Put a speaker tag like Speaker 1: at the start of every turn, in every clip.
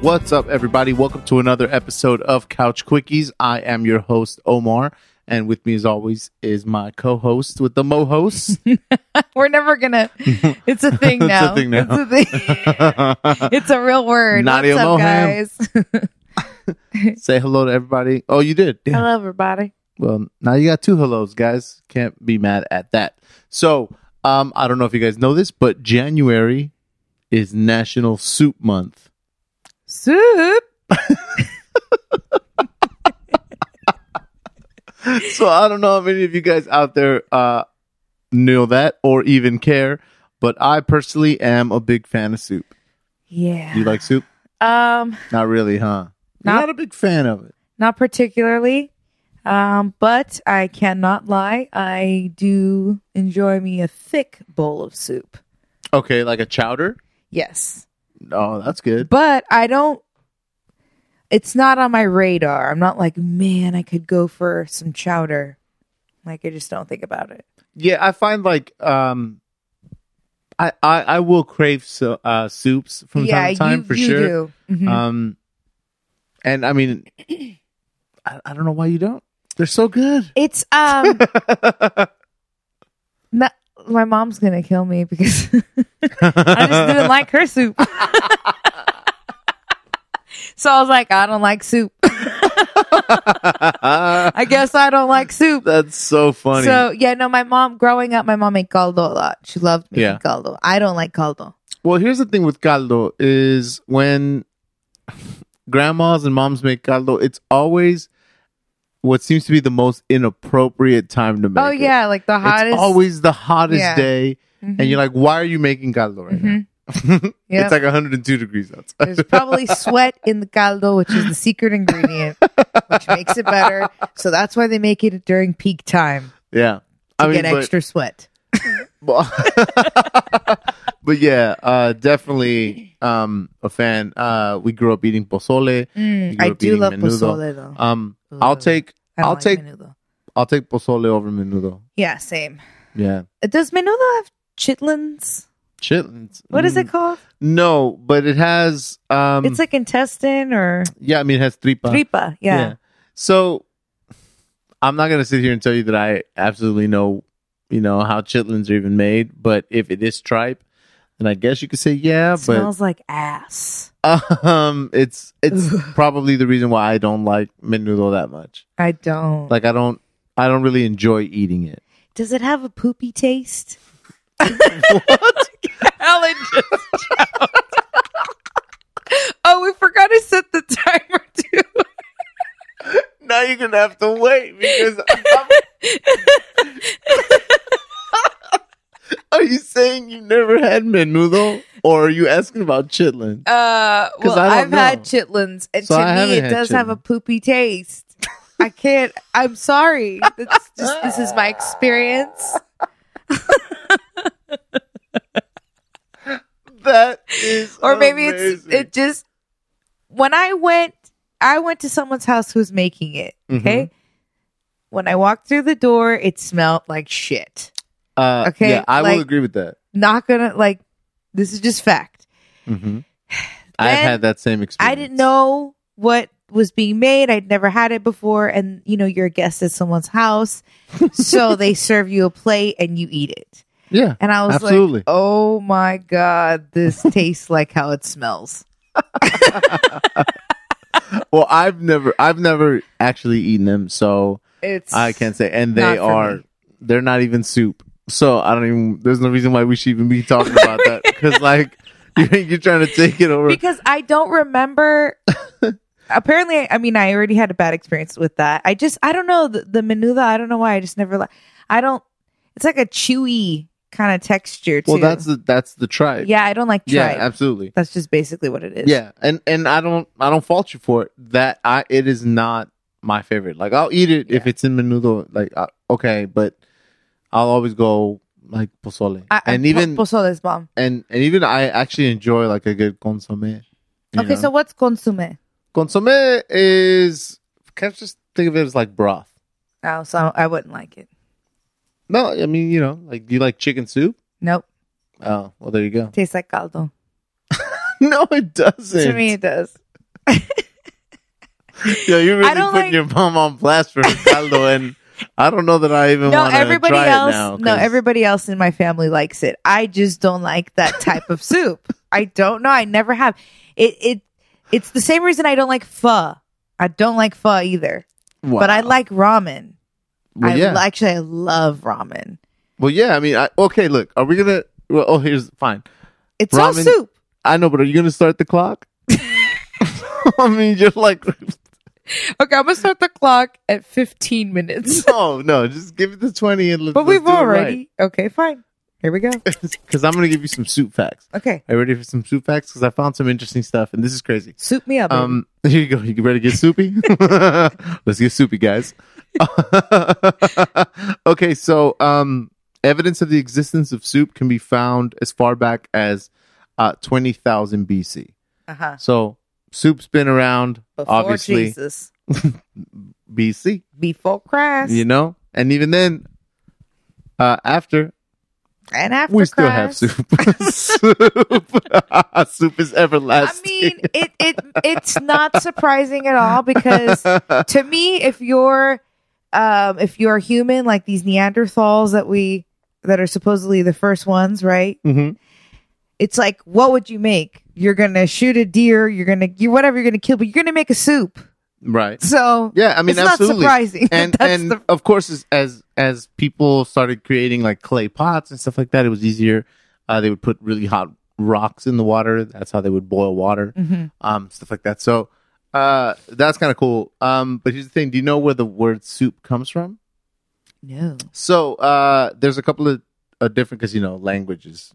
Speaker 1: What's up, everybody? Welcome to another episode of Couch Quickies. I am your host, Omar, and with me, as always, is my co host with the Mo host.
Speaker 2: We're never gonna. It's a thing
Speaker 1: It's a
Speaker 2: now.
Speaker 1: thing now.
Speaker 2: It's a, thing. It's a real word.
Speaker 1: Nadia
Speaker 2: What's up,
Speaker 1: Moham.
Speaker 2: guys?
Speaker 1: Say hello to everybody. Oh, you did? Damn.
Speaker 2: Hello, everybody.
Speaker 1: Well, now you got two hellos, guys. Can't be mad at that. So, um, I don't know if you guys know this, but January is National Soup Month.
Speaker 2: Soup.
Speaker 1: so I don't know how many of you guys out there uh, know that or even care, but I personally am a big fan of soup.
Speaker 2: Yeah.
Speaker 1: You like soup?
Speaker 2: um,
Speaker 1: Not really, huh? You're
Speaker 2: Not-
Speaker 1: not a big fan of it.
Speaker 2: not particularly. Um, but I cannot lie. I do enjoy me a thick bowl of soup.
Speaker 1: Okay, like a chowder.
Speaker 2: Yes,
Speaker 1: Oh, that's good.
Speaker 2: but I don't. It's not on my radar. I'm not like, man, I could go for some chowder. Like, I just don't think about it.
Speaker 1: Yeah, I find like um, I I, I will crave so, uh, soups from
Speaker 2: yeah,
Speaker 1: time to time
Speaker 2: you,
Speaker 1: for
Speaker 2: you
Speaker 1: sure.
Speaker 2: do. Mhm.
Speaker 1: Um, and I mean, I, I don't know why you don't. They're so good.
Speaker 2: It's um no- my mom's gonna kill me because I just didn't like her soup. so I was like, I don't like soup. I guess I don't like soup.
Speaker 1: That's so funny.
Speaker 2: So yeah, no, my mom growing up, my mom made caldo a lot. She loved making
Speaker 1: Yeah.
Speaker 2: caldo. I don't like caldo.
Speaker 1: well, here's the thing with caldo is when grandmas and moms make caldo, it's always what seems to be the most inappropriate time to make.
Speaker 2: oh
Speaker 1: it.
Speaker 2: yeah, like the hottest.
Speaker 1: it's always the hottest
Speaker 2: Yeah.
Speaker 1: day,
Speaker 2: Mhm.
Speaker 1: and you're like, "Why are you making caldo right now?"
Speaker 2: Mm-hmm. Yep.
Speaker 1: It's like 102 degrees outside.
Speaker 2: There's probably sweat in the caldo, which is the secret ingredient, which makes it better. So that's why they make it during peak time
Speaker 1: Yeah,
Speaker 2: to
Speaker 1: I mean,
Speaker 2: get
Speaker 1: but-
Speaker 2: extra sweat.
Speaker 1: but yeah, uh, definitely um, a fan. Uh, we grew up eating pozole.
Speaker 2: Mm,
Speaker 1: You grew
Speaker 2: I
Speaker 1: up
Speaker 2: do
Speaker 1: eating
Speaker 2: love
Speaker 1: menudo.
Speaker 2: pozole though.
Speaker 1: Um,
Speaker 2: Ooh.
Speaker 1: I'll take
Speaker 2: I don't
Speaker 1: I'll
Speaker 2: like
Speaker 1: take-
Speaker 2: menudo.
Speaker 1: I'll take pozole over menudo.
Speaker 2: Yeah, same.
Speaker 1: Yeah,
Speaker 2: Uh, Does menudo have chitlins?
Speaker 1: chitlins.
Speaker 2: What is
Speaker 1: Mm,
Speaker 2: it called?
Speaker 1: No, but it has. Um,
Speaker 2: it's like intestine or
Speaker 1: yeah, I mean it has tripa.
Speaker 2: tripa. Yeah.
Speaker 1: So I'm not gonna sit here and tell you that I absolutely know, you know, how chitlins are even made. But if it is tripe, then I guess you could say yeah.
Speaker 2: It smells like ass.
Speaker 1: But um, it's it's
Speaker 2: Ugh.
Speaker 1: probably the reason why I don't like menudo that much.
Speaker 2: I don't.
Speaker 1: Like I don't I don't really enjoy eating it.
Speaker 2: Does it have a poopy taste? what? Alan just choked. Oh, we forgot to set the timer too.
Speaker 1: Now you're gonna have to wait because Are you saying you never had menudo, or are you asking about chitlin?
Speaker 2: Uh,
Speaker 1: 'Cause
Speaker 2: well,
Speaker 1: I don't
Speaker 2: I've had
Speaker 1: know.
Speaker 2: chitlins, and
Speaker 1: So
Speaker 2: to
Speaker 1: I haven't
Speaker 2: me, it
Speaker 1: had
Speaker 2: does have a
Speaker 1: chitlin.
Speaker 2: poopy taste. I can't. I'm sorry. That's just, this is my experience.
Speaker 1: That is,
Speaker 2: or maybe it's
Speaker 1: amazing.
Speaker 2: it just when I went I went to someone's house who's making it.
Speaker 1: Mm-hmm.
Speaker 2: Okay. When I walked through the door, it smelled like shit.
Speaker 1: Uh,
Speaker 2: okay,
Speaker 1: yeah, I will
Speaker 2: like-
Speaker 1: agree with that.
Speaker 2: Not gonna like this is just fact.
Speaker 1: Mhm. I've
Speaker 2: Then
Speaker 1: had that same experience.
Speaker 2: I didn't know what was being made. I'd never had it before, and you know, you're a guest at someone's house. so they serve you a plate and you eat it.
Speaker 1: Yeah,
Speaker 2: And I was
Speaker 1: Absolutely.
Speaker 2: like, oh my God, this tastes like how it smells.
Speaker 1: well, I've never, I've never actually eaten them, so
Speaker 2: It's
Speaker 1: I can't say. And
Speaker 2: Not
Speaker 1: they
Speaker 2: for
Speaker 1: are,
Speaker 2: me.
Speaker 1: they're not even soup. So I don't even. There's no reason why we should even be talking about that because, like, you're, you're trying to take it over.
Speaker 2: because I don't remember. Apparently, I mean, I already had a bad experience with that. I just, I don't know the, the menuda. I don't know why. I just never like. I don't. It's like a chewy kind of texture. Too.
Speaker 1: Well, that's the that's the tribe.
Speaker 2: yeah. I don't like
Speaker 1: yeah,
Speaker 2: tripe.
Speaker 1: absolutely.
Speaker 2: that's just basically what it is.
Speaker 1: Yeah, and and I don't I don't fault you for it. That I it is not my favorite. Like I'll eat it if
Speaker 2: Yeah.
Speaker 1: it's in menudo. Like I, okay, but I'll always go like pozole.
Speaker 2: I,
Speaker 1: and
Speaker 2: I-
Speaker 1: even
Speaker 2: pozoles, mom.
Speaker 1: and and even I actually enjoy like a good consomme. you
Speaker 2: Okay,
Speaker 1: know?
Speaker 2: so what's consume?
Speaker 1: consomme is can't just think of it as like broth.
Speaker 2: Oh, so I wouldn't like it.
Speaker 1: No, I mean you know like do you like chicken soup?
Speaker 2: Nope,
Speaker 1: Oh well, there you go.
Speaker 2: tastes like caldo.
Speaker 1: no, it doesn't.
Speaker 2: To me, it does.
Speaker 1: Yeah, you're really
Speaker 2: I
Speaker 1: putting
Speaker 2: don't like-
Speaker 1: your mom on blast for her caldo, and I don't know that I even
Speaker 2: No,
Speaker 1: want to
Speaker 2: everybody
Speaker 1: try
Speaker 2: else.
Speaker 1: it now.
Speaker 2: no,
Speaker 1: 'cause-
Speaker 2: everybody else in my family likes it. I just don't like that type of soup. I don't know. I never have. It it it's the same reason I don't like pho. I don't like pho either.
Speaker 1: Wow.
Speaker 2: But I like ramen.
Speaker 1: Well,
Speaker 2: I
Speaker 1: yeah.
Speaker 2: l- actually I love ramen.
Speaker 1: well, yeah. I mean, I, okay. Look, are we gonna? Well, oh, here's fine.
Speaker 2: It's all
Speaker 1: Ramen-
Speaker 2: soup.
Speaker 1: I know, but are you gonna start the clock? I mean, you're like,
Speaker 2: Okay, I'm gonna start the clock at 15 minutes.
Speaker 1: no, no, just give it the twenty and let's.
Speaker 2: But we've
Speaker 1: let's do it
Speaker 2: already okay. Fine. Here we go.
Speaker 1: right. Because I'm gonna give you some soup facts.
Speaker 2: Okay,
Speaker 1: Are you ready for some soup facts? Because I found some interesting stuff, and this is crazy.
Speaker 2: soup me up.
Speaker 1: Um, here you go. You ready to get soupy? Let's get soupy, guys. okay, so um, evidence of the existence of soup can be found as far back as uh, 20,000 BC.
Speaker 2: uh huh.
Speaker 1: So soup's been around,
Speaker 2: Before
Speaker 1: obviously,
Speaker 2: Jesus,
Speaker 1: BC,
Speaker 2: before Christ,
Speaker 1: you know? And even then, uh, after,
Speaker 2: and after
Speaker 1: we
Speaker 2: Christ,
Speaker 1: still have soup. soup. soup is
Speaker 2: I
Speaker 1: everlasting.
Speaker 2: mean, it it it's not surprising at all because to me, if you're um if you're human, like these Neanderthals that we that are supposedly the first ones, right?
Speaker 1: Mhm.
Speaker 2: It's like, what would you make? You're gonna shoot a deer. You're gonna you whatever you're gonna kill, but you're gonna make a soup.
Speaker 1: Right.
Speaker 2: So
Speaker 1: Yeah, I mean,
Speaker 2: it's
Speaker 1: absolutely.
Speaker 2: not surprising.
Speaker 1: and
Speaker 2: That's
Speaker 1: and
Speaker 2: the-
Speaker 1: of course as, as as people started creating like clay pots and stuff like that it was easier uh, they would put really hot rocks in the water that's how they would boil water
Speaker 2: Mhm.
Speaker 1: um stuff like that so uh that's kind of cool um but here's the thing do you know where the word soup comes from
Speaker 2: no,
Speaker 1: so uh there's a couple of uh, different because you know languages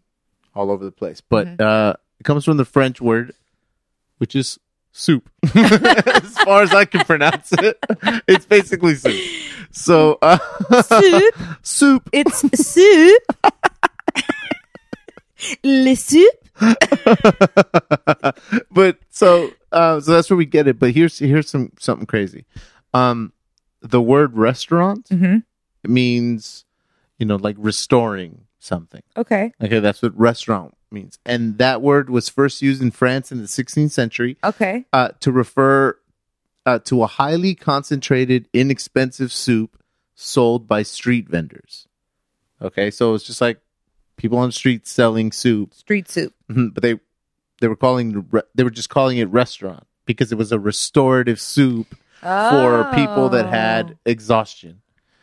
Speaker 1: all over the place but uh it comes from the french word which is soup as far as i can pronounce it it's basically soup so uh,
Speaker 2: soup.
Speaker 1: soup.
Speaker 2: It's soup. Le soup.
Speaker 1: but so uh, so that's where we get it. But here's here's some something crazy. Um, the word restaurant
Speaker 2: Mhm.
Speaker 1: means you know like restoring something.
Speaker 2: Okay.
Speaker 1: Okay, that's what restaurant means, and that word was first used in France in the 16th century
Speaker 2: Okay.
Speaker 1: uh, to refer uh, to a highly concentrated, inexpensive soup sold by street vendors. Okay, so it's just like people on the street selling soup,
Speaker 2: Street soup.
Speaker 1: Mhm, but they they were calling the re- they were just calling it restaurant because it was a restorative soup for people that had exhaustion.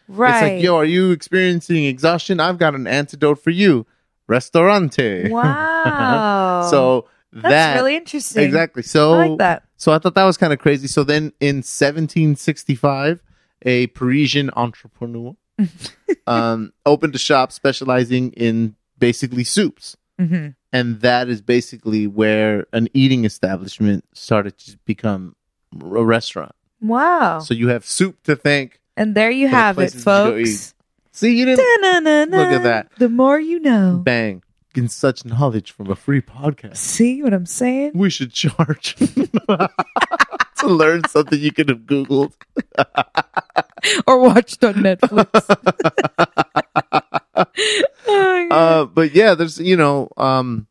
Speaker 2: Oh. right.
Speaker 1: It's like, yo, are you experiencing exhaustion? I've got an antidote for you, restaurante.
Speaker 2: Wow.
Speaker 1: so
Speaker 2: that's
Speaker 1: that
Speaker 2: really interesting.
Speaker 1: exactly. So
Speaker 2: I like that.
Speaker 1: so I thought that was kind of crazy. So then in 1765, a Parisian entrepreneur um, opened a shop specializing in basically soups.
Speaker 2: hmm
Speaker 1: And that is basically where an eating establishment started to become a restaurant.
Speaker 2: Wow.
Speaker 1: So you have soup to thank.
Speaker 2: and there you
Speaker 1: for the
Speaker 2: have it,
Speaker 1: places you go
Speaker 2: folks.
Speaker 1: See, you didn't
Speaker 2: Da-na-na-na.
Speaker 1: Look at that.
Speaker 2: The more you know.
Speaker 1: bang. Getting such knowledge from a free podcast.
Speaker 2: See what I'm saying?
Speaker 1: We should charge to learn something you could have Googled.
Speaker 2: or watched on Netflix. Oh, God.
Speaker 1: Uh, but yeah, there's you know, um,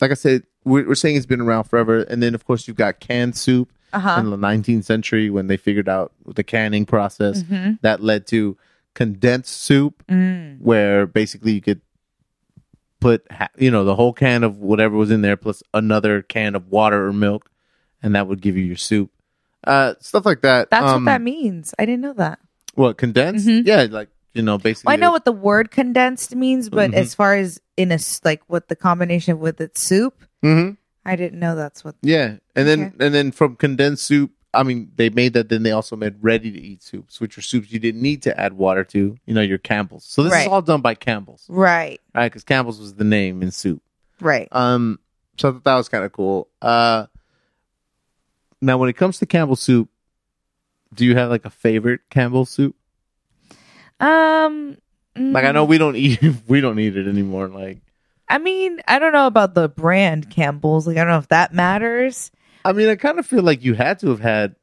Speaker 1: like I said, we're, we're saying it's been around forever, and then of course you've got canned soup
Speaker 2: uh-huh.
Speaker 1: in the 19th century when they figured out the canning process
Speaker 2: hmm
Speaker 1: that led to condensed soup,
Speaker 2: Mm.
Speaker 1: where basically you could put ha- you know the whole can of whatever was in there plus another can of water or milk, and that would give you your soup. Uh, stuff like that.
Speaker 2: That's
Speaker 1: Um,
Speaker 2: what that means. I didn't know that.
Speaker 1: What condensed?
Speaker 2: Mhm.
Speaker 1: Yeah, like you know, basically.
Speaker 2: Well, I know what the word condensed means, but
Speaker 1: Mhm.
Speaker 2: as far as in a s- like what the combination with its soup,
Speaker 1: Mhm.
Speaker 2: I didn't know that's what.
Speaker 1: Yeah, and then
Speaker 2: Okay.
Speaker 1: and then from condensed soup, I mean, they made that. Then they also made ready to eat soups, which are soups you didn't need to add water to. You know, your Campbell's. So this is
Speaker 2: Right.
Speaker 1: all done by Campbell's,
Speaker 2: Right.
Speaker 1: right? Because Campbell's was the name in soup.
Speaker 2: Right.
Speaker 1: Um, so I thought that was kind of cool. Uh, now when it comes to Campbell's soup, do you have like a favorite Campbell's soup?
Speaker 2: Um. mm,
Speaker 1: Like I know we don't eat we don't eat it anymore. Like
Speaker 2: I mean, I don't know about the brand Campbell's. Like, I don't know if that matters.
Speaker 1: I mean, I kind of feel like you had to have had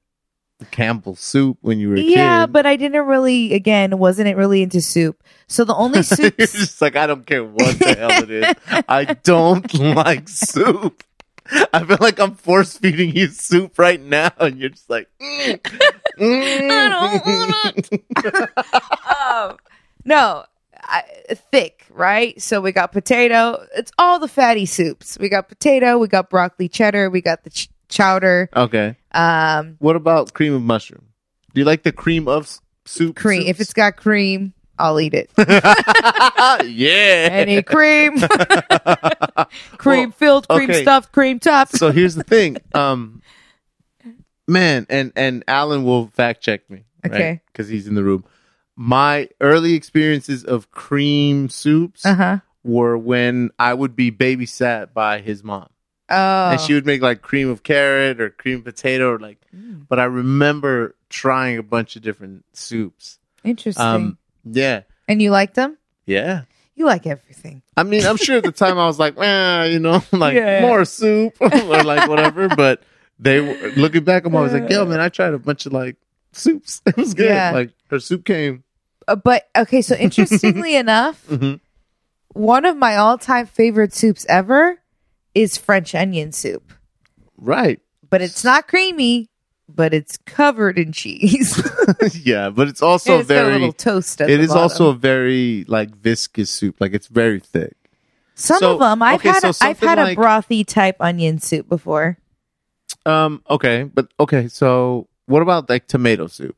Speaker 1: Campbell's soup when you were a
Speaker 2: Yeah,
Speaker 1: kid.
Speaker 2: but I didn't really. Again, wasn't it really into soup? So the only
Speaker 1: You're
Speaker 2: soups.
Speaker 1: just like, I don't care what the hell it is. I don't like soup. I feel like I'm force feeding you soup right now, and you're just like, mm, mm.
Speaker 2: I don't um, no, I, thick, right? So we got potato. It's all the fatty soups. We got potato. We got broccoli cheddar. We got the ch- chowder.
Speaker 1: okay.
Speaker 2: Um,
Speaker 1: What about cream of mushroom? Do you like the cream of s- soup?
Speaker 2: cream. If it's got cream, I'll eat it.
Speaker 1: it's yeah.
Speaker 2: Any cream, cream filled, cream
Speaker 1: okay.
Speaker 2: stuffed, cream topped.
Speaker 1: so here's the thing, um, man, and and Alan will fact check me,
Speaker 2: Okay.
Speaker 1: Because he's in the room. My early experiences of cream soups
Speaker 2: Uh huh.
Speaker 1: were when I would be babysat by his mom.
Speaker 2: Oh,
Speaker 1: and she would make like cream of carrot or cream potato or like
Speaker 2: Mm,
Speaker 1: but i remember trying a bunch of different soups
Speaker 2: interesting.
Speaker 1: um yeah
Speaker 2: and you like them?
Speaker 1: yeah
Speaker 2: You like everything.
Speaker 1: i mean i'm sure at the time i was like well you know like
Speaker 2: Yeah.
Speaker 1: more soup or like whatever but they were looking back i'm always like yo man i tried a bunch of like soups it was good
Speaker 2: Yeah.
Speaker 1: like her soup came
Speaker 2: Uh, but okay, so interestingly enough,
Speaker 1: Mhm.
Speaker 2: one of my all-time favorite soups ever is French onion soup.
Speaker 1: right
Speaker 2: But it's not creamy, but it's covered in cheese.
Speaker 1: yeah but it's also
Speaker 2: it's got a
Speaker 1: very
Speaker 2: little toast. At
Speaker 1: it
Speaker 2: the
Speaker 1: is
Speaker 2: bottom.
Speaker 1: also a very like viscous soup like it's very thick
Speaker 2: some
Speaker 1: so-
Speaker 2: of them. I've
Speaker 1: okay,
Speaker 2: had
Speaker 1: so
Speaker 2: a, I've
Speaker 1: something
Speaker 2: had
Speaker 1: like-
Speaker 2: a brothy type onion soup before.
Speaker 1: um okay but okay so what about like tomato soup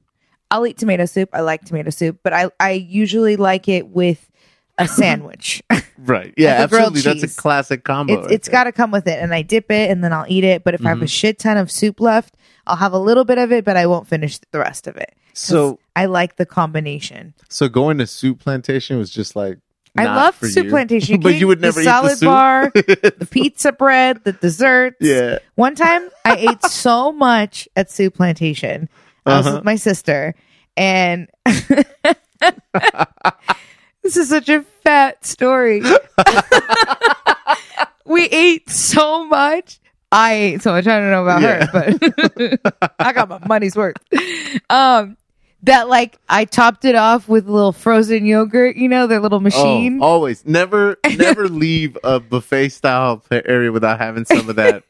Speaker 2: I'll eat tomato soup. I like tomato soup, but I I usually like it with a sandwich.
Speaker 1: Right. Yeah,
Speaker 2: With the grilled
Speaker 1: absolutely. That's
Speaker 2: cheese.
Speaker 1: a classic combo.
Speaker 2: It's, it's got to come with it, and I dip it, and then I'll eat it. But if I have a
Speaker 1: Mhm.
Speaker 2: shit ton of soup left, I'll have a little bit of it, but I won't finish the rest of it. 'Cause
Speaker 1: so
Speaker 2: I like the combination.
Speaker 1: so going to soup plantation was just like
Speaker 2: I
Speaker 1: not
Speaker 2: love
Speaker 1: for
Speaker 2: soup
Speaker 1: you.
Speaker 2: plantation, You
Speaker 1: but
Speaker 2: can
Speaker 1: you would never
Speaker 2: the salad
Speaker 1: eat the soup.
Speaker 2: bar, the pizza bread, the desserts.
Speaker 1: yeah.
Speaker 2: One time, I ate so much at soup plantation. I was
Speaker 1: Uh-huh.
Speaker 2: with my sister, and this is such a fat story. we ate so much. I ate so much. I don't know about her, but I got my money's worth. Um, that like I topped it off with a little frozen yogurt. You know their little machine.
Speaker 1: Oh, always never never leave a buffet style area without having some of that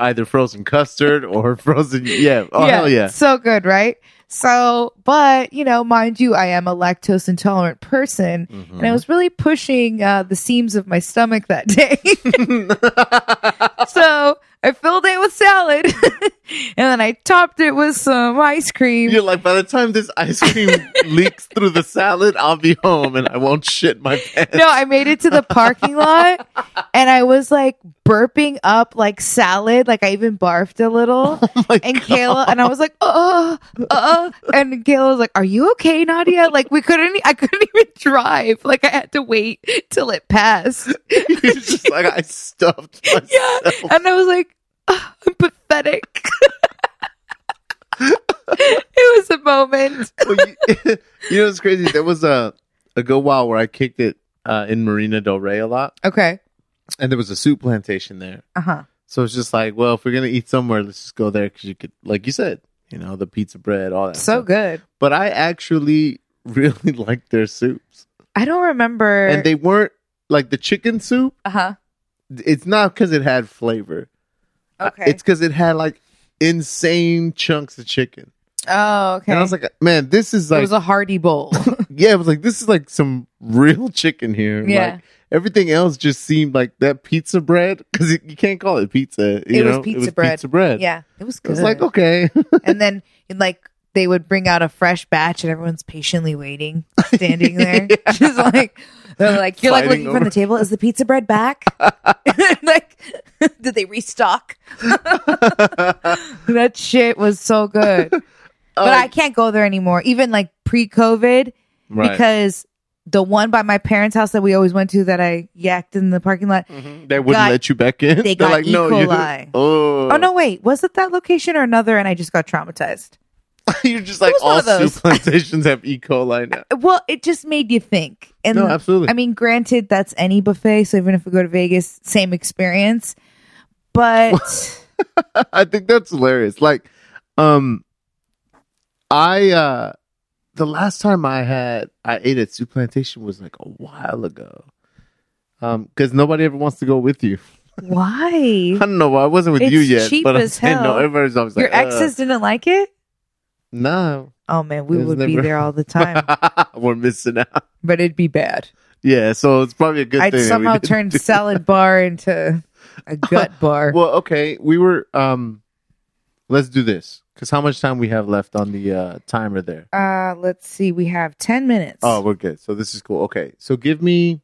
Speaker 1: either frozen custard or frozen yeah. Oh hell yeah.
Speaker 2: So good, right? So, but you know, mind you, I am a lactose intolerant person, and I
Speaker 1: Mm-hmm.
Speaker 2: was really pushing uh, the seams of my stomach that day. so I filled it with salad, and then I topped it with some ice cream.
Speaker 1: You're like by the time this ice cream leaks through the salad, I'll be home and I won't shit my pants.
Speaker 2: no, I made it to the parking lot and I was like burping up like salad. Like I even barfed a little.
Speaker 1: my
Speaker 2: and Kayla and I was like, uh, uh, and Kayla was like, "Are you okay, Nadia?" Like we couldn't, I couldn't even drive. Like I had to wait till it passed,
Speaker 1: You're just like I stuffed myself.
Speaker 2: and I was like, "Ah, "I'm pathetic." it was a moment.
Speaker 1: Well, you, you know what's crazy? There was a a good while where I kicked it uh, in Marina Del Rey a lot,
Speaker 2: Okay.
Speaker 1: and there was a soup plantation there.
Speaker 2: Uh huh.
Speaker 1: So it's just like, well, if we're gonna eat somewhere, let's just go there because you could, like you said, you know, the pizza bread, all that.
Speaker 2: So
Speaker 1: stuff.
Speaker 2: good.
Speaker 1: But I actually really liked their soups,
Speaker 2: I don't remember.
Speaker 1: and they weren't like the chicken soup.
Speaker 2: Uh huh.
Speaker 1: It's not because it had flavor. I-
Speaker 2: Okay.
Speaker 1: It's because it had like insane chunks of chicken,
Speaker 2: oh, okay.
Speaker 1: and I was like, man, this is
Speaker 2: it
Speaker 1: like
Speaker 2: was a hearty bowl.
Speaker 1: yeah, it was like this is like some real chicken here.
Speaker 2: Yeah.
Speaker 1: Like everything else just seemed like that pizza bread because you can't call it pizza. You
Speaker 2: It was
Speaker 1: know?
Speaker 2: pizza bread.
Speaker 1: Pizza bread.
Speaker 2: yeah, it was
Speaker 1: It
Speaker 2: good.
Speaker 1: was like okay,
Speaker 2: and then like they would bring out a fresh batch and everyone's patiently waiting standing there just like they're like you're like
Speaker 1: Fighting
Speaker 2: looking from
Speaker 1: over-
Speaker 2: the table is the pizza bread back like did they restock that shit was so good but
Speaker 1: Oh,
Speaker 2: i can't go there anymore even like pre-covid
Speaker 1: right.
Speaker 2: because the one by my parents house that we always went to that i yacked in the parking lot
Speaker 1: Mhm. they wouldn't
Speaker 2: got-
Speaker 1: let you back in.
Speaker 2: they
Speaker 1: They're
Speaker 2: got
Speaker 1: like,
Speaker 2: E.
Speaker 1: no,
Speaker 2: coli.
Speaker 1: you. Oh,
Speaker 2: oh no wait was it that location or another and i just got traumatized
Speaker 1: You're just like
Speaker 2: was one
Speaker 1: all
Speaker 2: of those.
Speaker 1: soup plantations have E. coli now.
Speaker 2: Well, it just made you think. And
Speaker 1: No, absolutely.
Speaker 2: I mean, granted, that's any buffet. So even if we go to Vegas, same experience. But
Speaker 1: I think that's hilarious. Like, um, I uh, the last time I had I ate at Soup Plantation was like a while ago. Um, because nobody ever wants to go with you.
Speaker 2: Why?
Speaker 1: I don't know why I wasn't with
Speaker 2: It's
Speaker 1: you yet.
Speaker 2: cheap
Speaker 1: but
Speaker 2: as
Speaker 1: I didn't know.
Speaker 2: hell.
Speaker 1: Everybody's always
Speaker 2: Your
Speaker 1: like, uh,
Speaker 2: exes didn't like it?
Speaker 1: No.
Speaker 2: Oh man, we
Speaker 1: It was
Speaker 2: would be
Speaker 1: never-
Speaker 2: there all the time,
Speaker 1: We're missing out.
Speaker 2: but it'd be bad.
Speaker 1: Yeah, so it's probably a good
Speaker 2: I'd
Speaker 1: thing. that we
Speaker 2: somehow
Speaker 1: didn't
Speaker 2: turned
Speaker 1: do-
Speaker 2: salad bar into a gut bar.
Speaker 1: Well, okay. We were um let's do this. Cause how much time we have left on the uh timer there?
Speaker 2: uh, let's see. We have ten minutes.
Speaker 1: Oh, we're good. So this is cool. Okay. So give me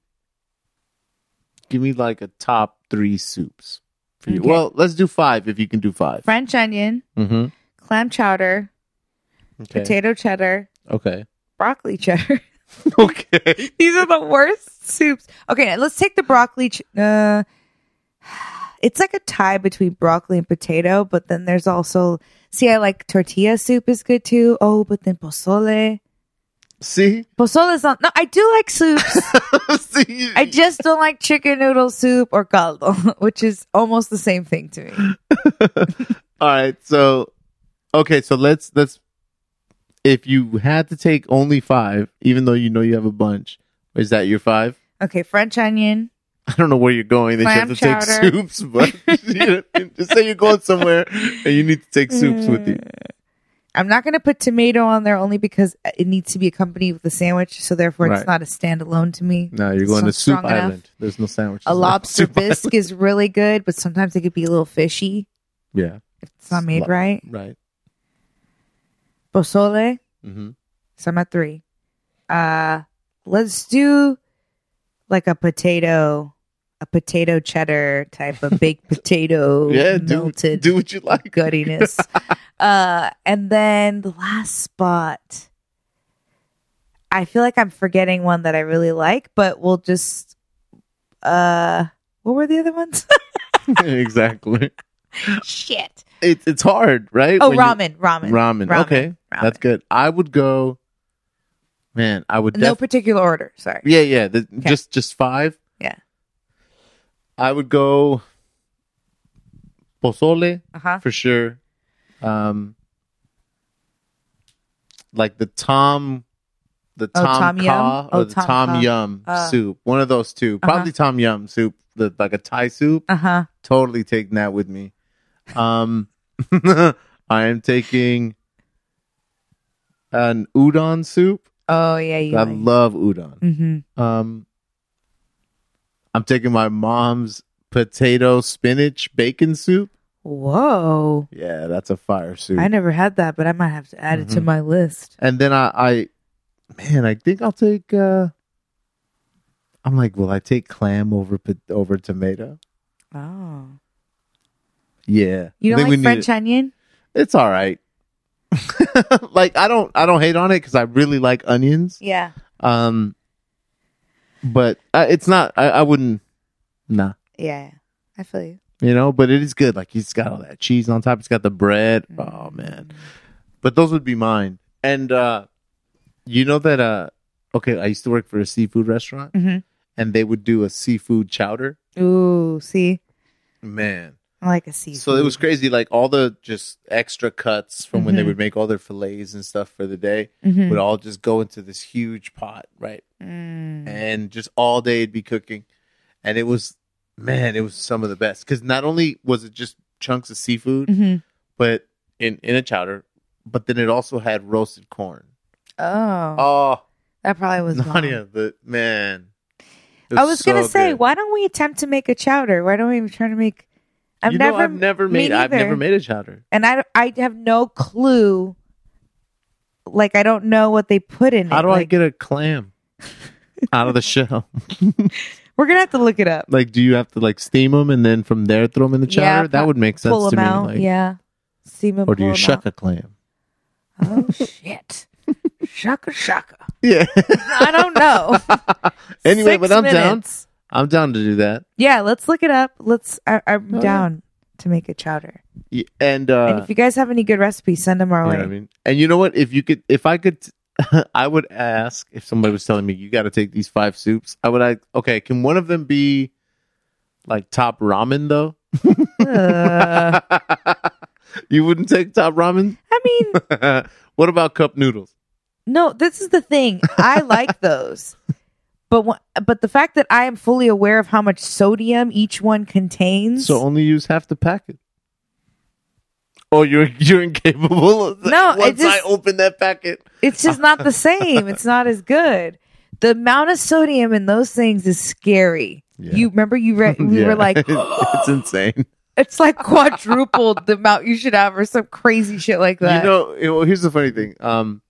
Speaker 1: give me like a top three soups for you.
Speaker 2: Okay.
Speaker 1: Well, let's do five if you can do five.
Speaker 2: French onion,
Speaker 1: Mm-hmm.
Speaker 2: clam chowder,
Speaker 1: Okay.
Speaker 2: potato cheddar,
Speaker 1: okay.
Speaker 2: broccoli cheddar.
Speaker 1: okay.
Speaker 2: These are the worst soups. Okay, let's take the broccoli. Ch- uh, it's like a tie between broccoli and potato, but then there's also see, I like tortilla soup is good too. Oh, but then pozole.
Speaker 1: See?
Speaker 2: Pozole is not. No, I do like soups.
Speaker 1: See you-
Speaker 2: I just don't like chicken noodle soup or caldo, which is almost the same thing to me.
Speaker 1: All right. So okay, so let's let's if you had to take only five, even though you know you have a bunch, is that your five?
Speaker 2: Okay, French onion.
Speaker 1: I don't know where you're going that you have
Speaker 2: Clam
Speaker 1: to
Speaker 2: chowder.
Speaker 1: take soups, but you know, just say you're going somewhere and you need to take soups with you.
Speaker 2: I'm not going to put tomato on there only because it needs to be accompanied with a sandwich, so therefore
Speaker 1: Right.
Speaker 2: it's not a standalone to me.
Speaker 1: No, you're going
Speaker 2: Sounds
Speaker 1: to Soup
Speaker 2: strong enough.
Speaker 1: Island. There's no sandwiches.
Speaker 2: A
Speaker 1: on
Speaker 2: lobster
Speaker 1: Soup Island.
Speaker 2: bisque is really good, but sometimes it could be a little fishy.
Speaker 1: Yeah,
Speaker 2: if It's not made
Speaker 1: Lo-
Speaker 2: right.
Speaker 1: right.
Speaker 2: Pozole,
Speaker 1: hmm
Speaker 2: so I'm at three. Uh, let's do like a potato, a potato cheddar type of baked potato
Speaker 1: Yeah, do,
Speaker 2: melted
Speaker 1: do what you like.
Speaker 2: guttiness. uh, and then the last spot, I feel like I'm forgetting one that I really like, but we'll just. Uh, what were the other ones?
Speaker 1: exactly.
Speaker 2: Shit.
Speaker 1: It's it's hard, right?
Speaker 2: Oh,
Speaker 1: When you-
Speaker 2: ramen, ramen,
Speaker 1: ramen. Okay,
Speaker 2: ramen.
Speaker 1: that's good. I would go. Man, I would.
Speaker 2: no
Speaker 1: def-
Speaker 2: particular order. Sorry.
Speaker 1: yeah, yeah. The, Just just five.
Speaker 2: Yeah.
Speaker 1: I would go. Pozole.
Speaker 2: Uh huh.
Speaker 1: for sure. Um, like the Tom, the
Speaker 2: Oh,
Speaker 1: Tom,
Speaker 2: Tom Yum?
Speaker 1: Kha or
Speaker 2: Oh,
Speaker 1: the Tom,
Speaker 2: Tom Kha.
Speaker 1: Yum
Speaker 2: Uh.
Speaker 1: soup. One of those 2
Speaker 2: Uh-huh.
Speaker 1: probably Tom Yum soup, the like a Thai soup.
Speaker 2: Uh huh.
Speaker 1: Totally taking that with me. Um, I am taking an udon soup.
Speaker 2: Oh yeah, you.
Speaker 1: I
Speaker 2: like-
Speaker 1: love udon.
Speaker 2: Mhm.
Speaker 1: Um, I'm taking my mom's potato spinach bacon soup.
Speaker 2: Whoa.
Speaker 1: Yeah, that's a fire soup.
Speaker 2: I never had that, but I might have to add it to
Speaker 1: Mhm.
Speaker 2: my list.
Speaker 1: And then I, I man, I think I'll take. uh I'm like, will I take clam over pot- over tomato?
Speaker 2: Oh.
Speaker 1: Yeah,
Speaker 2: You
Speaker 1: I
Speaker 2: don't
Speaker 1: think we
Speaker 2: like
Speaker 1: need
Speaker 2: French
Speaker 1: it.
Speaker 2: onion?
Speaker 1: It's all right. like I don't, I don't hate on it because I really like onions.
Speaker 2: Yeah.
Speaker 1: Um, but uh, it's not. I, I wouldn't. Nah,
Speaker 2: Yeah. I feel you.
Speaker 1: you know. But it is good. Like it's got all that cheese on top. It's got the bread. Oh man. But those would be mine. And uh you know that. uh Okay, I used to work for a seafood restaurant.
Speaker 2: Mhm.
Speaker 1: and they would do a seafood chowder.
Speaker 2: Ooh, see,
Speaker 1: Man.
Speaker 2: I like a seafood.
Speaker 1: So it was crazy. Like all the just extra cuts from when they
Speaker 2: Mhm.
Speaker 1: would make all their fillets and stuff for the day
Speaker 2: Mhm.
Speaker 1: would all just go into this huge pot, right?
Speaker 2: Mm.
Speaker 1: And just all day it'd be cooking. And it was, man, it was some of the best. Because not only was it just chunks of seafood,
Speaker 2: Mhm.
Speaker 1: but in, in a chowder, but then it also had roasted corn.
Speaker 2: Oh,
Speaker 1: Oh,
Speaker 2: that probably was. bomb.
Speaker 1: Nadia, the man. It
Speaker 2: I was gonna
Speaker 1: so
Speaker 2: say,
Speaker 1: good.
Speaker 2: why don't we attempt to make a chowder? Why don't we even try to make? I've
Speaker 1: you
Speaker 2: never,
Speaker 1: know, I've never
Speaker 2: me
Speaker 1: made. I've
Speaker 2: neither.
Speaker 1: never made a chowder.
Speaker 2: and I, I have no clue. Like I don't know what they put in it.
Speaker 1: How do I
Speaker 2: Like,
Speaker 1: get a clam out of the shell?
Speaker 2: We're gonna have to look it up.
Speaker 1: like, do you have to like steam them and then from there throw them in the
Speaker 2: Yeah,
Speaker 1: chowder? that
Speaker 2: pro-
Speaker 1: would make sense
Speaker 2: Pull
Speaker 1: to
Speaker 2: them
Speaker 1: me.
Speaker 2: out,
Speaker 1: like,
Speaker 2: yeah. See them.
Speaker 1: or do
Speaker 2: pull
Speaker 1: you
Speaker 2: 'em
Speaker 1: shuck
Speaker 2: out.
Speaker 1: a clam?
Speaker 2: Oh shit! shaka shaka.
Speaker 1: Yeah.
Speaker 2: I don't know.
Speaker 1: anyway,
Speaker 2: Six
Speaker 1: but I'm down.
Speaker 2: minutes.
Speaker 1: I'm down to do that.
Speaker 2: Yeah, let's look it up. Let's. I, I'm
Speaker 1: Oh, yeah.
Speaker 2: down to make a chowder.
Speaker 1: Y- And uh,
Speaker 2: and if you guys have any good recipes, send them our
Speaker 1: you know
Speaker 2: way.
Speaker 1: what I mean. And you know what? If you could, if I could, I would ask if somebody was telling me you got to take these five soups. I would like, okay, can one of them be like top ramen though?
Speaker 2: Uh,
Speaker 1: you wouldn't take top ramen.
Speaker 2: I mean,
Speaker 1: what about cup noodles?
Speaker 2: no. This is the thing. I like those, But wha- but the fact that I am fully aware of how much sodium each one contains.
Speaker 1: So only use half the packet. Oh, you're you're incapable of that.
Speaker 2: No, I
Speaker 1: Once I
Speaker 2: just-
Speaker 1: open that packet,
Speaker 2: It's just not the same. It's not as good. The amount of sodium in those things is scary.
Speaker 1: Yeah.
Speaker 2: You remember you re- we
Speaker 1: Yeah.
Speaker 2: were like,
Speaker 1: it's insane.
Speaker 2: it's like quadrupled the amount you should have, or some crazy shit like that.
Speaker 1: You know, you know, here's the funny thing. Um,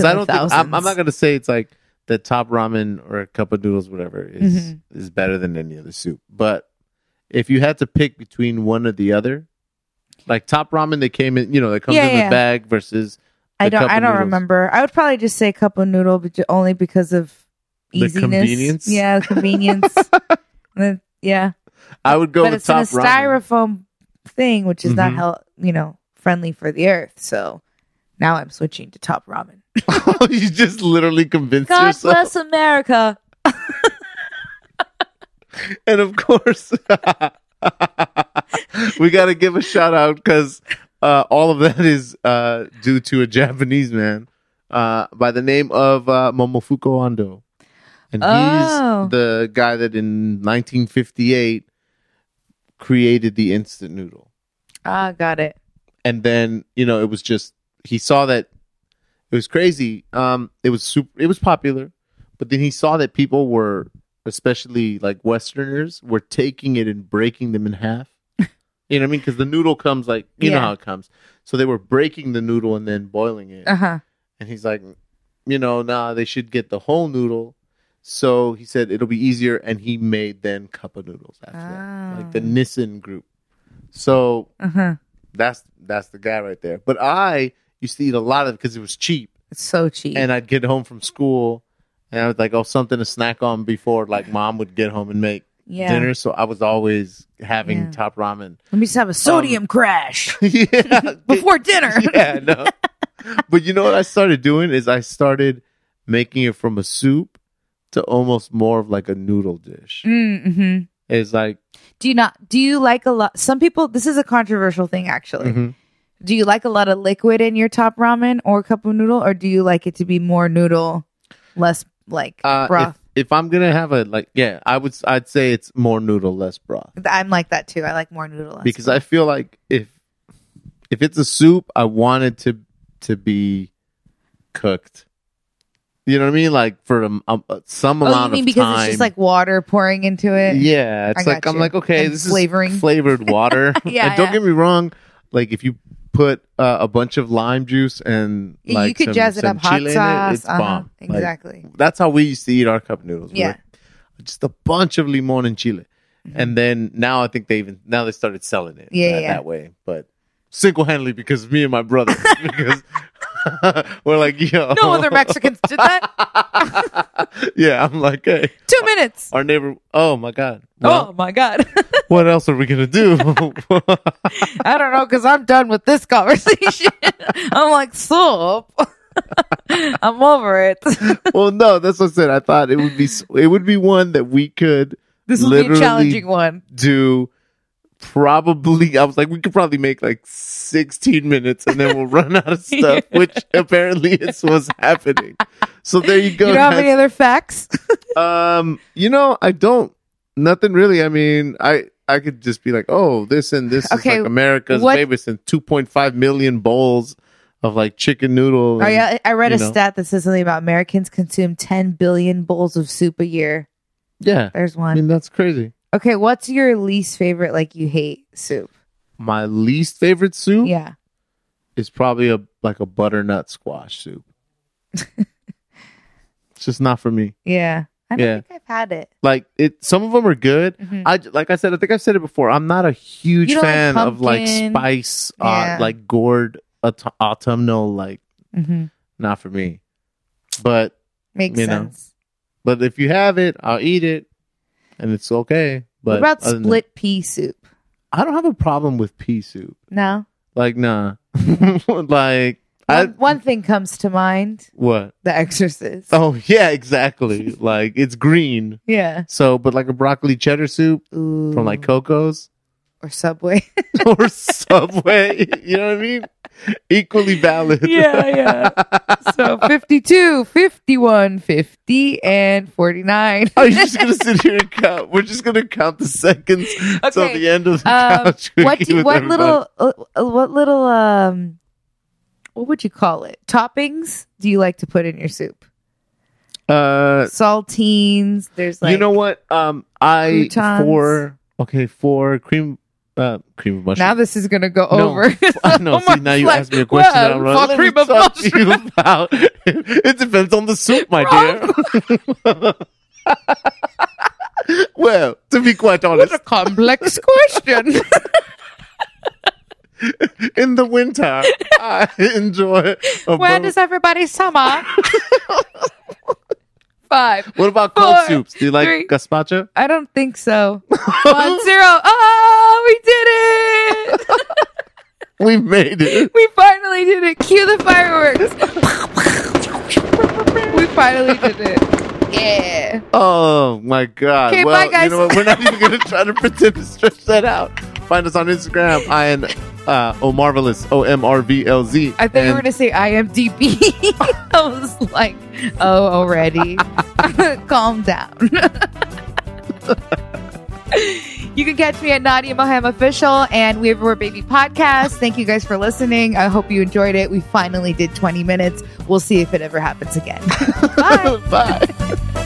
Speaker 1: 'cause
Speaker 2: in
Speaker 1: I
Speaker 2: the
Speaker 1: don't think I'm, I'm
Speaker 2: thousands.
Speaker 1: not gonna say it's like the top ramen or a cup of noodles, whatever, is
Speaker 2: Mhm.
Speaker 1: is better than any other soup. But if you had to pick between one or the other, like top ramen, they came in, you know, that comes
Speaker 2: Yeah,
Speaker 1: in
Speaker 2: yeah.
Speaker 1: the bag versus
Speaker 2: I
Speaker 1: the
Speaker 2: don't.
Speaker 1: cup
Speaker 2: I
Speaker 1: of
Speaker 2: don't
Speaker 1: noodles.
Speaker 2: remember. I would probably just say cup of noodle, but ju- only because of
Speaker 1: The
Speaker 2: easiness.
Speaker 1: convenience?
Speaker 2: Yeah, the convenience. And then- yeah,
Speaker 1: I would go
Speaker 2: but
Speaker 1: with
Speaker 2: it's in a
Speaker 1: top ramen.
Speaker 2: styrofoam thing, which is not
Speaker 1: Mhm.
Speaker 2: hel- you know friendly for the earth. So now I'm switching to top ramen.
Speaker 1: you just literally convinced
Speaker 2: God
Speaker 1: yourself.
Speaker 2: bless America.
Speaker 1: and of course we got to give a shout out because uh, all of that is uh, due to a japanese man uh, by the name of uh, momofuku ando and
Speaker 2: Oh.
Speaker 1: he's the guy that in 1958 created the instant noodle
Speaker 2: Ah, got it.
Speaker 1: and then you know it was just he saw that it was crazy um it was super it was popular but then he saw that people were especially like westerners were taking it and breaking them in half you know what i mean because the noodle comes like you know
Speaker 2: Yeah.
Speaker 1: how it comes so they were breaking the noodle and then boiling it
Speaker 2: Uh huh.
Speaker 1: and he's like you know nah they should get the whole noodle so he said it'll be easier and he made then cup of noodles after that like the
Speaker 2: Ah.
Speaker 1: nissen group so
Speaker 2: Uh huh.
Speaker 1: that's that's the guy right there. But I used to eat a lot of it because it was cheap,
Speaker 2: It's so cheap.
Speaker 1: and I'd get home from school, and I was like, oh, something to snack on before like mom would get home and make
Speaker 2: yeah.
Speaker 1: dinner. So I was always having
Speaker 2: Yeah.
Speaker 1: top ramen.
Speaker 2: Let me just have a sodium crash
Speaker 1: yeah,
Speaker 2: before dinner.
Speaker 1: yeah, no. but you know what I started doing is I started making it from a soup to almost more of like a noodle dish.
Speaker 2: Mm-hmm.
Speaker 1: It's like
Speaker 2: Do you not? Do you like a lot? Some people. This is a controversial thing, actually.
Speaker 1: mhm.
Speaker 2: Do you like a lot of liquid in your top ramen or cup of noodle, or do you like it to be more noodle, less like
Speaker 1: uh,
Speaker 2: broth?
Speaker 1: if, if I'm gonna have a like, yeah, I would. s- I'd say it's more noodle, less broth.
Speaker 2: I'm like that too. I like more noodle. Less
Speaker 1: because
Speaker 2: broth.
Speaker 1: I feel like if if it's a soup, I want it to to be cooked. You know what I mean? Like for a, a, some
Speaker 2: oh, you
Speaker 1: amount
Speaker 2: mean
Speaker 1: of
Speaker 2: because
Speaker 1: time.
Speaker 2: it's just like water pouring into it?
Speaker 1: yeah,
Speaker 2: I
Speaker 1: it's
Speaker 2: got
Speaker 1: like I'm
Speaker 2: you.
Speaker 1: like okay,
Speaker 2: And
Speaker 1: this
Speaker 2: flavoring.
Speaker 1: is flavored water.
Speaker 2: Yeah,
Speaker 1: and don't
Speaker 2: yeah.
Speaker 1: get me wrong, like if you put uh, a bunch of lime juice and
Speaker 2: You
Speaker 1: like
Speaker 2: could
Speaker 1: some-
Speaker 2: jazz it
Speaker 1: some
Speaker 2: up, hot
Speaker 1: chile in
Speaker 2: sauce.
Speaker 1: it, it's
Speaker 2: uh-huh,
Speaker 1: bomb. Like,
Speaker 2: Exactly.
Speaker 1: that's how we used to eat our cup noodles. We
Speaker 2: Yeah. Mm-hmm.
Speaker 1: were- just a bunch of limon and chile. And then now I think they even now they started selling it
Speaker 2: Yeah,
Speaker 1: that,
Speaker 2: yeah.
Speaker 1: that way, but single handedly because of me and my brother because we're like yo
Speaker 2: no other Mexicans did that.
Speaker 1: yeah, I'm like hey,
Speaker 2: Two minutes.
Speaker 1: our neighbor. Oh my god, well,
Speaker 2: oh my god.
Speaker 1: what else are we gonna do?
Speaker 2: I don't know because I'm done with this conversation. I'm like soup. I'm over it.
Speaker 1: well, no, that's what I said. I thought it would be s- it would be one that we could
Speaker 2: This will be
Speaker 1: Literally
Speaker 2: a challenging one.
Speaker 1: do probably i was like we could probably make like 16 minutes and then we'll run out of stuff which apparently is what's happening so there you go
Speaker 2: you don't have any
Speaker 1: guys.
Speaker 2: other facts?
Speaker 1: um you know i don't nothing really i mean i i could just be like oh this and this is
Speaker 2: Okay,
Speaker 1: like america's
Speaker 2: what-
Speaker 1: favorites and 2.5 million bowls of like chicken noodle
Speaker 2: Oh,
Speaker 1: and-
Speaker 2: yeah, I read
Speaker 1: you
Speaker 2: a
Speaker 1: know.
Speaker 2: stat that says something about Americans consume 10 billion bowls of soup a year.
Speaker 1: yeah
Speaker 2: There's
Speaker 1: i
Speaker 2: one.
Speaker 1: mean that's crazy
Speaker 2: Okay, what's your least favorite, like you hate soup?
Speaker 1: my least favorite soup
Speaker 2: Yeah.
Speaker 1: is probably a like a butternut squash soup. it's just not for me.
Speaker 2: Yeah. I don't
Speaker 1: Yeah.
Speaker 2: think I've had it.
Speaker 1: Like it, some of them are good.
Speaker 2: Mhm.
Speaker 1: I j- like I said, I think I've said it before. I'm not a huge
Speaker 2: You don't like
Speaker 1: fan of like
Speaker 2: pumpkin.
Speaker 1: spice, uh,
Speaker 2: Yeah.
Speaker 1: like gourd, aut- autumnal. Like
Speaker 2: Mm-hmm.
Speaker 1: not for me. But
Speaker 2: Makes
Speaker 1: You know,
Speaker 2: sense.
Speaker 1: but if you have it, I'll eat it, and it's okay. But
Speaker 2: what about
Speaker 1: other than
Speaker 2: split pea soup?
Speaker 1: that- I don't have a problem with pea soup.
Speaker 2: No?
Speaker 1: Like nah, like I
Speaker 2: one, one thing comes to mind
Speaker 1: what?
Speaker 2: The Exorcist.
Speaker 1: Oh yeah, exactly. like it's green.
Speaker 2: Yeah.
Speaker 1: So, but like a broccoli cheddar soup
Speaker 2: Ooh.
Speaker 1: from like Coco's
Speaker 2: or Subway.
Speaker 1: or Subway, you know what I mean? Equally valid.
Speaker 2: yeah, yeah. So 52, 51, 50, and 49.
Speaker 1: Are you just gonna sit here and count? We're just gonna count the seconds till
Speaker 2: Okay.
Speaker 1: the end of the
Speaker 2: Um,
Speaker 1: couch.
Speaker 2: what
Speaker 1: cookie
Speaker 2: do,
Speaker 1: with
Speaker 2: what
Speaker 1: everybody.
Speaker 2: little uh, uh, what little um what would you call it? Toppings do you like to put in your soup?
Speaker 1: Uh,
Speaker 2: Saltines, there's like
Speaker 1: you know what? Um, I
Speaker 2: croutons.
Speaker 1: for okay for cream uh cream of mushroom.
Speaker 2: Now this is gonna go
Speaker 1: No.
Speaker 2: over.
Speaker 1: I know. See,
Speaker 2: Almost
Speaker 1: now you
Speaker 2: like,
Speaker 1: ask me a question.
Speaker 2: Oh well,
Speaker 1: that I'm like,
Speaker 2: fuck
Speaker 1: "Let me
Speaker 2: cream of
Speaker 1: talk to you about." it depends on the soup, my dear. well, to be quite honest,
Speaker 2: what a complex question.
Speaker 1: in the winter, I enjoy. A
Speaker 2: when
Speaker 1: bowl-
Speaker 2: is everybody's summer? Five.
Speaker 1: what about cold
Speaker 2: four,
Speaker 1: soups? Do you like
Speaker 2: three-
Speaker 1: gazpacho?
Speaker 2: I don't think so. One zero. Oh, we did it!
Speaker 1: we made it.
Speaker 2: We finally did it. Cue the fireworks. we finally did it. Yeah.
Speaker 1: Oh my god.
Speaker 2: Okay,
Speaker 1: well,
Speaker 2: bye, guys.
Speaker 1: you know what? We're not even gonna try to pretend to stretch that out. Find us on Instagram. I am uh, oh marvelous. O M R V L Z.
Speaker 2: I thought you were
Speaker 1: And-
Speaker 2: gonna say IMDb. I was like, oh, already. Calm down. you can catch me at Nadia Mohem Official and We Everywhere Baby Podcast. Thank you guys for listening. I hope you enjoyed it. We finally did 20 minutes. We'll see if it ever happens again. Bye.
Speaker 1: Bye.